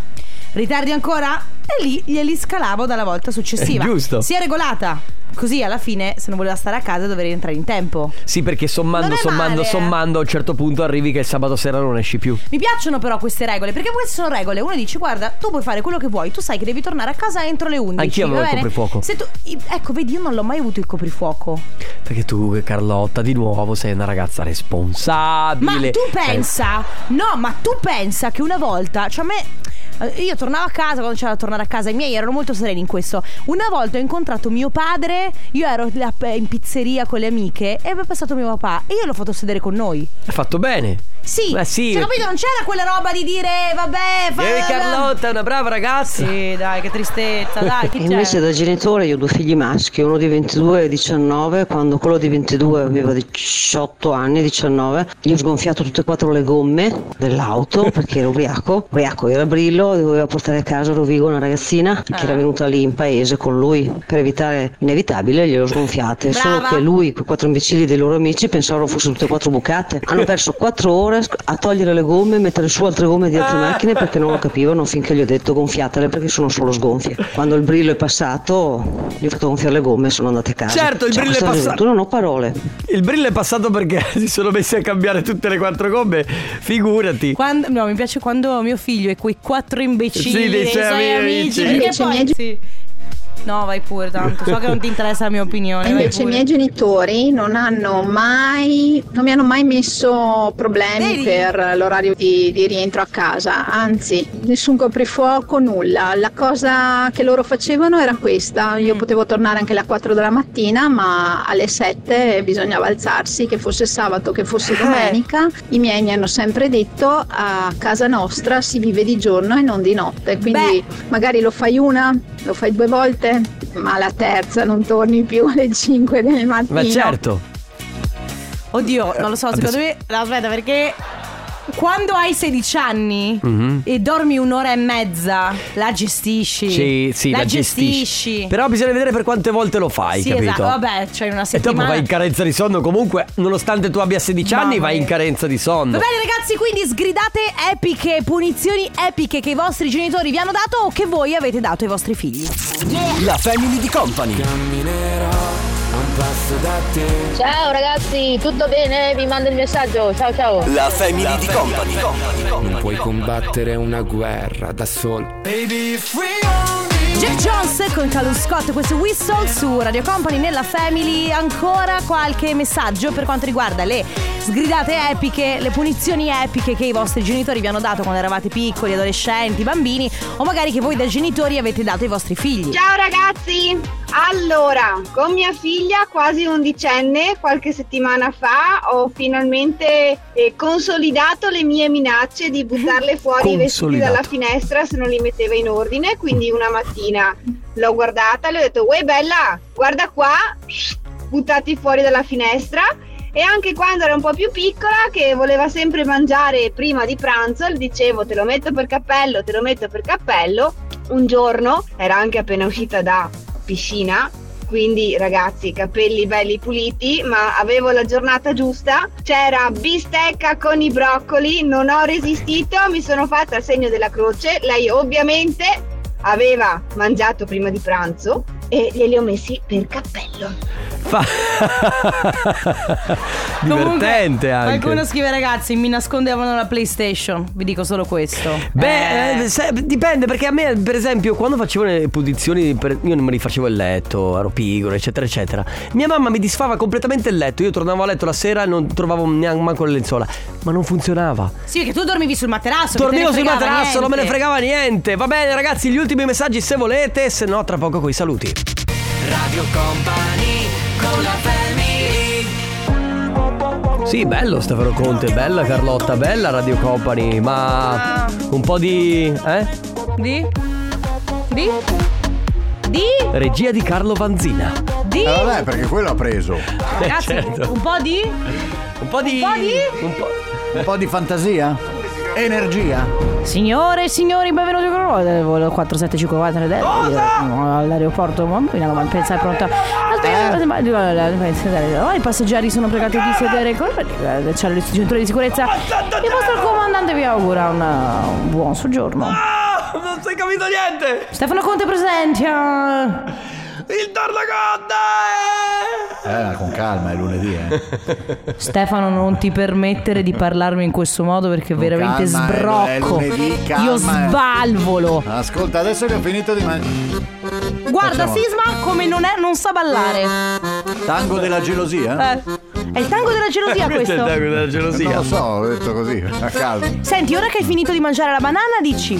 [SPEAKER 2] Ritardi ancora? E lì glieli scalavo dalla volta successiva.
[SPEAKER 1] Eh, giusto.
[SPEAKER 2] Si è regolata. Così alla fine, se non voleva stare a casa, doveva rientrare in tempo.
[SPEAKER 1] Sì, perché sommando,
[SPEAKER 2] Non è
[SPEAKER 1] sommando,
[SPEAKER 2] male, eh.
[SPEAKER 1] sommando, a un certo punto arrivi che il sabato sera non esci più.
[SPEAKER 2] Mi piacciono però queste regole, perché queste sono regole. Uno dice, guarda, tu puoi fare quello che vuoi, tu sai che devi tornare a casa entro le 11.
[SPEAKER 1] Anch'io avevo
[SPEAKER 2] va
[SPEAKER 1] il
[SPEAKER 2] bene?
[SPEAKER 1] coprifuoco.
[SPEAKER 2] Se tu- Ecco, vedi, io non l'ho mai avuto il coprifuoco.
[SPEAKER 1] Perché tu, Carlotta, di nuovo sei una ragazza responsabile.
[SPEAKER 2] Ma tu
[SPEAKER 1] Cioè,
[SPEAKER 2] pensa, no, ma tu pensa che una volta, cioè a me, eh, io tornavo a casa quando c'era da tornare a casa, i miei erano molto sereni in questo. Una volta ho incontrato mio padre, io ero là pe- in pizzeria con le amiche e mi è passato mio papà e io l'ho fatto sedere con noi.
[SPEAKER 1] Hai fatto bene.
[SPEAKER 2] Sì,
[SPEAKER 1] Ma sì.
[SPEAKER 2] cioè, capito? Non c'era quella roba di dire, "Eh, vabbè, fa...
[SPEAKER 1] Vieni, Carlotta, è una brava ragazza.
[SPEAKER 2] Sì, dai, che tristezza, dai, chi
[SPEAKER 14] E
[SPEAKER 2] c'è?
[SPEAKER 14] Invece da genitore io ho due figli maschi, uno di 22 e 19, quando quello di 22 aveva 18 anni, 19, gli ho sgonfiato tutte e quattro le gomme dell'auto perché era ubriaco, ubriaco era brillo, doveva portare a casa a Rovigo una ragazzina che
[SPEAKER 2] Ah.
[SPEAKER 14] era venuta lì in paese con lui per evitare l'inevitabile, glielo sgonfiate, solo che lui, quei quattro imbecilli dei loro amici pensavano fossero tutte e quattro
[SPEAKER 1] Ah,
[SPEAKER 14] bucate, hanno perso quattro ore a togliere le gomme e mettere su altre gomme di altre
[SPEAKER 1] Ah.
[SPEAKER 14] macchine perché non lo capivano finché gli ho detto gonfiatele perché sono solo sgonfie. Quando il brillo è passato, gli ho fatto gonfiare le gomme e sono andate a casa.
[SPEAKER 1] Certo, il
[SPEAKER 14] Cioè,
[SPEAKER 1] brillo è
[SPEAKER 14] questa
[SPEAKER 1] passato.
[SPEAKER 14] gioventù non ho parole.
[SPEAKER 1] Il brillo è passato perché si sono messi a cambiare tutte le quattro gomme. Figurati.
[SPEAKER 2] Quando- no, mi piace quando mio figlio e quei quattro altro imbecille,
[SPEAKER 1] Sì, dei
[SPEAKER 2] dei suoi
[SPEAKER 1] suoi
[SPEAKER 2] amici.
[SPEAKER 1] amici.
[SPEAKER 2] Perché
[SPEAKER 12] Invece i
[SPEAKER 2] poi
[SPEAKER 12] miei
[SPEAKER 2] sì. No, vai pure tanto. So che non ti interessa la mia opinione. vai
[SPEAKER 12] Invece i
[SPEAKER 2] pure.
[SPEAKER 12] miei genitori non hanno mai, non mi hanno mai messo
[SPEAKER 2] Vedi?
[SPEAKER 12] problemi per l'orario di, di rientro a casa, anzi nessun coprifuoco, nulla. La cosa che loro facevano era questa, io potevo tornare anche alle 4 della mattina ma alle 7 bisognava alzarsi, che fosse sabato, che fosse domenica. I miei mi hanno sempre detto a casa nostra si vive di giorno e non di notte, quindi magari lo fai una, lo fai due volte, ma la terza non torni più alle 5 del mattino.
[SPEAKER 1] Ma certo.
[SPEAKER 2] Oddio, non lo so, secondo me. no, Aspetta, perché. Quando hai 16 anni
[SPEAKER 1] Mhm.
[SPEAKER 2] e dormi un'ora e mezza, la gestisci.
[SPEAKER 1] Sì, sì, la, gestisci. Però bisogna vedere per quante volte lo fai,
[SPEAKER 2] sì,
[SPEAKER 1] capito?
[SPEAKER 2] esatto. Vabbè, cioè una
[SPEAKER 1] E dopo
[SPEAKER 2] settimana.
[SPEAKER 1] vai in carenza di sonno comunque, nonostante tu abbia 16 anni, vai in carenza di sonno.
[SPEAKER 2] Va bene ragazzi, quindi sgridate epiche, punizioni epiche che i vostri genitori vi hanno dato o che voi avete dato ai vostri figli.
[SPEAKER 1] La family di company.
[SPEAKER 15] Ciao ragazzi, tutto bene? Vi mando il messaggio. Ciao ciao.
[SPEAKER 16] di company. Non puoi combattere una guerra da solo.
[SPEAKER 2] Jack Jones con Calum Scott, questo è Whistle su Radio Company nella Family. Ancora qualche messaggio per quanto riguarda le sgridate epiche, le punizioni epiche che i vostri genitori vi hanno dato quando eravate piccoli, adolescenti, bambini o magari che voi da genitori avete dato ai vostri figli.
[SPEAKER 17] Ciao ragazzi! Allora, con mia figlia quasi undicenne, qualche settimana fa ho finalmente eh, consolidato le mie minacce di buttarle fuori i vestiti
[SPEAKER 18] Consolidato.
[SPEAKER 17] dalla finestra se non li metteva in ordine. Quindi una mattina l'ho guardata e le ho detto, uè bella, guarda qua, buttati fuori dalla finestra. E anche quando era un po' più piccola, che voleva sempre mangiare prima di pranzo, le dicevo te lo metto per cappello, te lo metto per cappello. Un giorno era anche appena uscita da piscina, quindi ragazzi, capelli belli puliti, ma avevo la giornata giusta. C'era bistecca con i broccoli, non ho resistito, mi sono fatta il segno della croce. Lei ovviamente aveva mangiato prima di pranzo e glieli ho messi per cappello.
[SPEAKER 1] Fa- Divertente anche.
[SPEAKER 2] Qualcuno scrive ragazzi, mi nascondevano la PlayStation. Vi dico solo questo.
[SPEAKER 1] Beh, eh, se- dipende perché a me, per esempio, quando facevo le punizioni, per- io non me li facevo il letto, ero pigro, eccetera, eccetera. Mia mamma mi disfava completamente il letto. Io tornavo a letto la sera e non trovavo neanche manco le lenzuola. Ma non funzionava.
[SPEAKER 2] Sì, che tu dormivi sul materasso. che
[SPEAKER 1] Tornivo sul
[SPEAKER 2] te ne fregava
[SPEAKER 1] materasso, non me ne
[SPEAKER 2] niente.
[SPEAKER 1] fregava niente. Va bene, ragazzi, gli ultimi messaggi se volete, se no, tra poco coi saluti.
[SPEAKER 3] Radio Company con la family
[SPEAKER 1] Sì, bello Stefano Conte, bella Carlotta, bella Radio Company, ma un po' di. eh?
[SPEAKER 2] Di? Di? Di?
[SPEAKER 1] Regia di Carlo Vanzina.
[SPEAKER 2] Di?
[SPEAKER 1] Ah,
[SPEAKER 19] Eh, vabbè, perché quello ha preso.
[SPEAKER 2] Ragazzi,
[SPEAKER 1] certo.
[SPEAKER 2] un po' di?
[SPEAKER 1] Un po' di.
[SPEAKER 2] Un po' di?
[SPEAKER 19] Un po' di fantasia? Energia?
[SPEAKER 2] Signore e signori, benvenuti con noi del volo 4754 del- all'aeroporto Monfina, ma pensa è pronto.
[SPEAKER 19] Eh.
[SPEAKER 2] Aspetta, Oh, I passeggeri sono pregati di sedere con Eh, c'è il centro di sicurezza. Il vostro comandante vi augura una- un buon soggiorno.
[SPEAKER 1] Non sei capito niente!
[SPEAKER 2] Stefano Conte presente. eh.
[SPEAKER 1] Il Tornaconte!
[SPEAKER 19] Eh, con calma, è lunedì, eh.
[SPEAKER 2] Stefano, non ti permettere di parlarmi in questo modo perché veramente
[SPEAKER 19] calma, eh, è lu- è
[SPEAKER 2] sbrocco.
[SPEAKER 19] lunedì, calma,
[SPEAKER 2] Io
[SPEAKER 19] eh.
[SPEAKER 2] sbalvolo.
[SPEAKER 19] Ascolta, adesso che ho finito di mangiare.
[SPEAKER 2] Guarda
[SPEAKER 19] Facciamo.
[SPEAKER 2] Sisma come non è, non sa ballare.
[SPEAKER 19] Tango della gelosia?
[SPEAKER 2] Eh, È il tango della gelosia questo.
[SPEAKER 1] della gelosia.
[SPEAKER 19] Non lo so, ho detto così, a calma.
[SPEAKER 2] Senti, ora che hai finito di mangiare la banana, dici: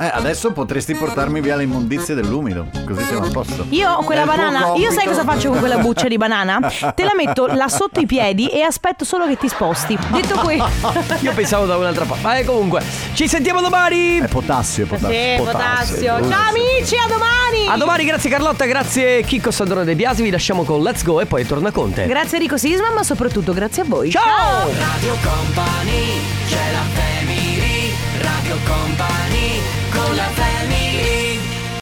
[SPEAKER 19] Eh, adesso potresti portarmi via le immondizie dell'umido, così siamo a posto.
[SPEAKER 2] Io ho quella
[SPEAKER 19] È il tuo
[SPEAKER 2] banana, io sai
[SPEAKER 19] compito.
[SPEAKER 2] cosa faccio con quella buccia di banana? Te la metto là sotto i piedi e aspetto solo che ti sposti. Detto questo,
[SPEAKER 1] Io pensavo da un'altra parte. Ma eh, comunque, ci sentiamo domani! È
[SPEAKER 19] potassio,
[SPEAKER 2] Eh, Ciao amici, a domani.
[SPEAKER 1] A domani, grazie Carlotta, grazie Chicco Sandrone De Biasi, vi lasciamo con Let's Go e poi torna Conte.
[SPEAKER 2] Grazie Enrico Sisma, ma soprattutto grazie a voi.
[SPEAKER 1] Ciao!
[SPEAKER 3] Radio Company c'è la family Radio Company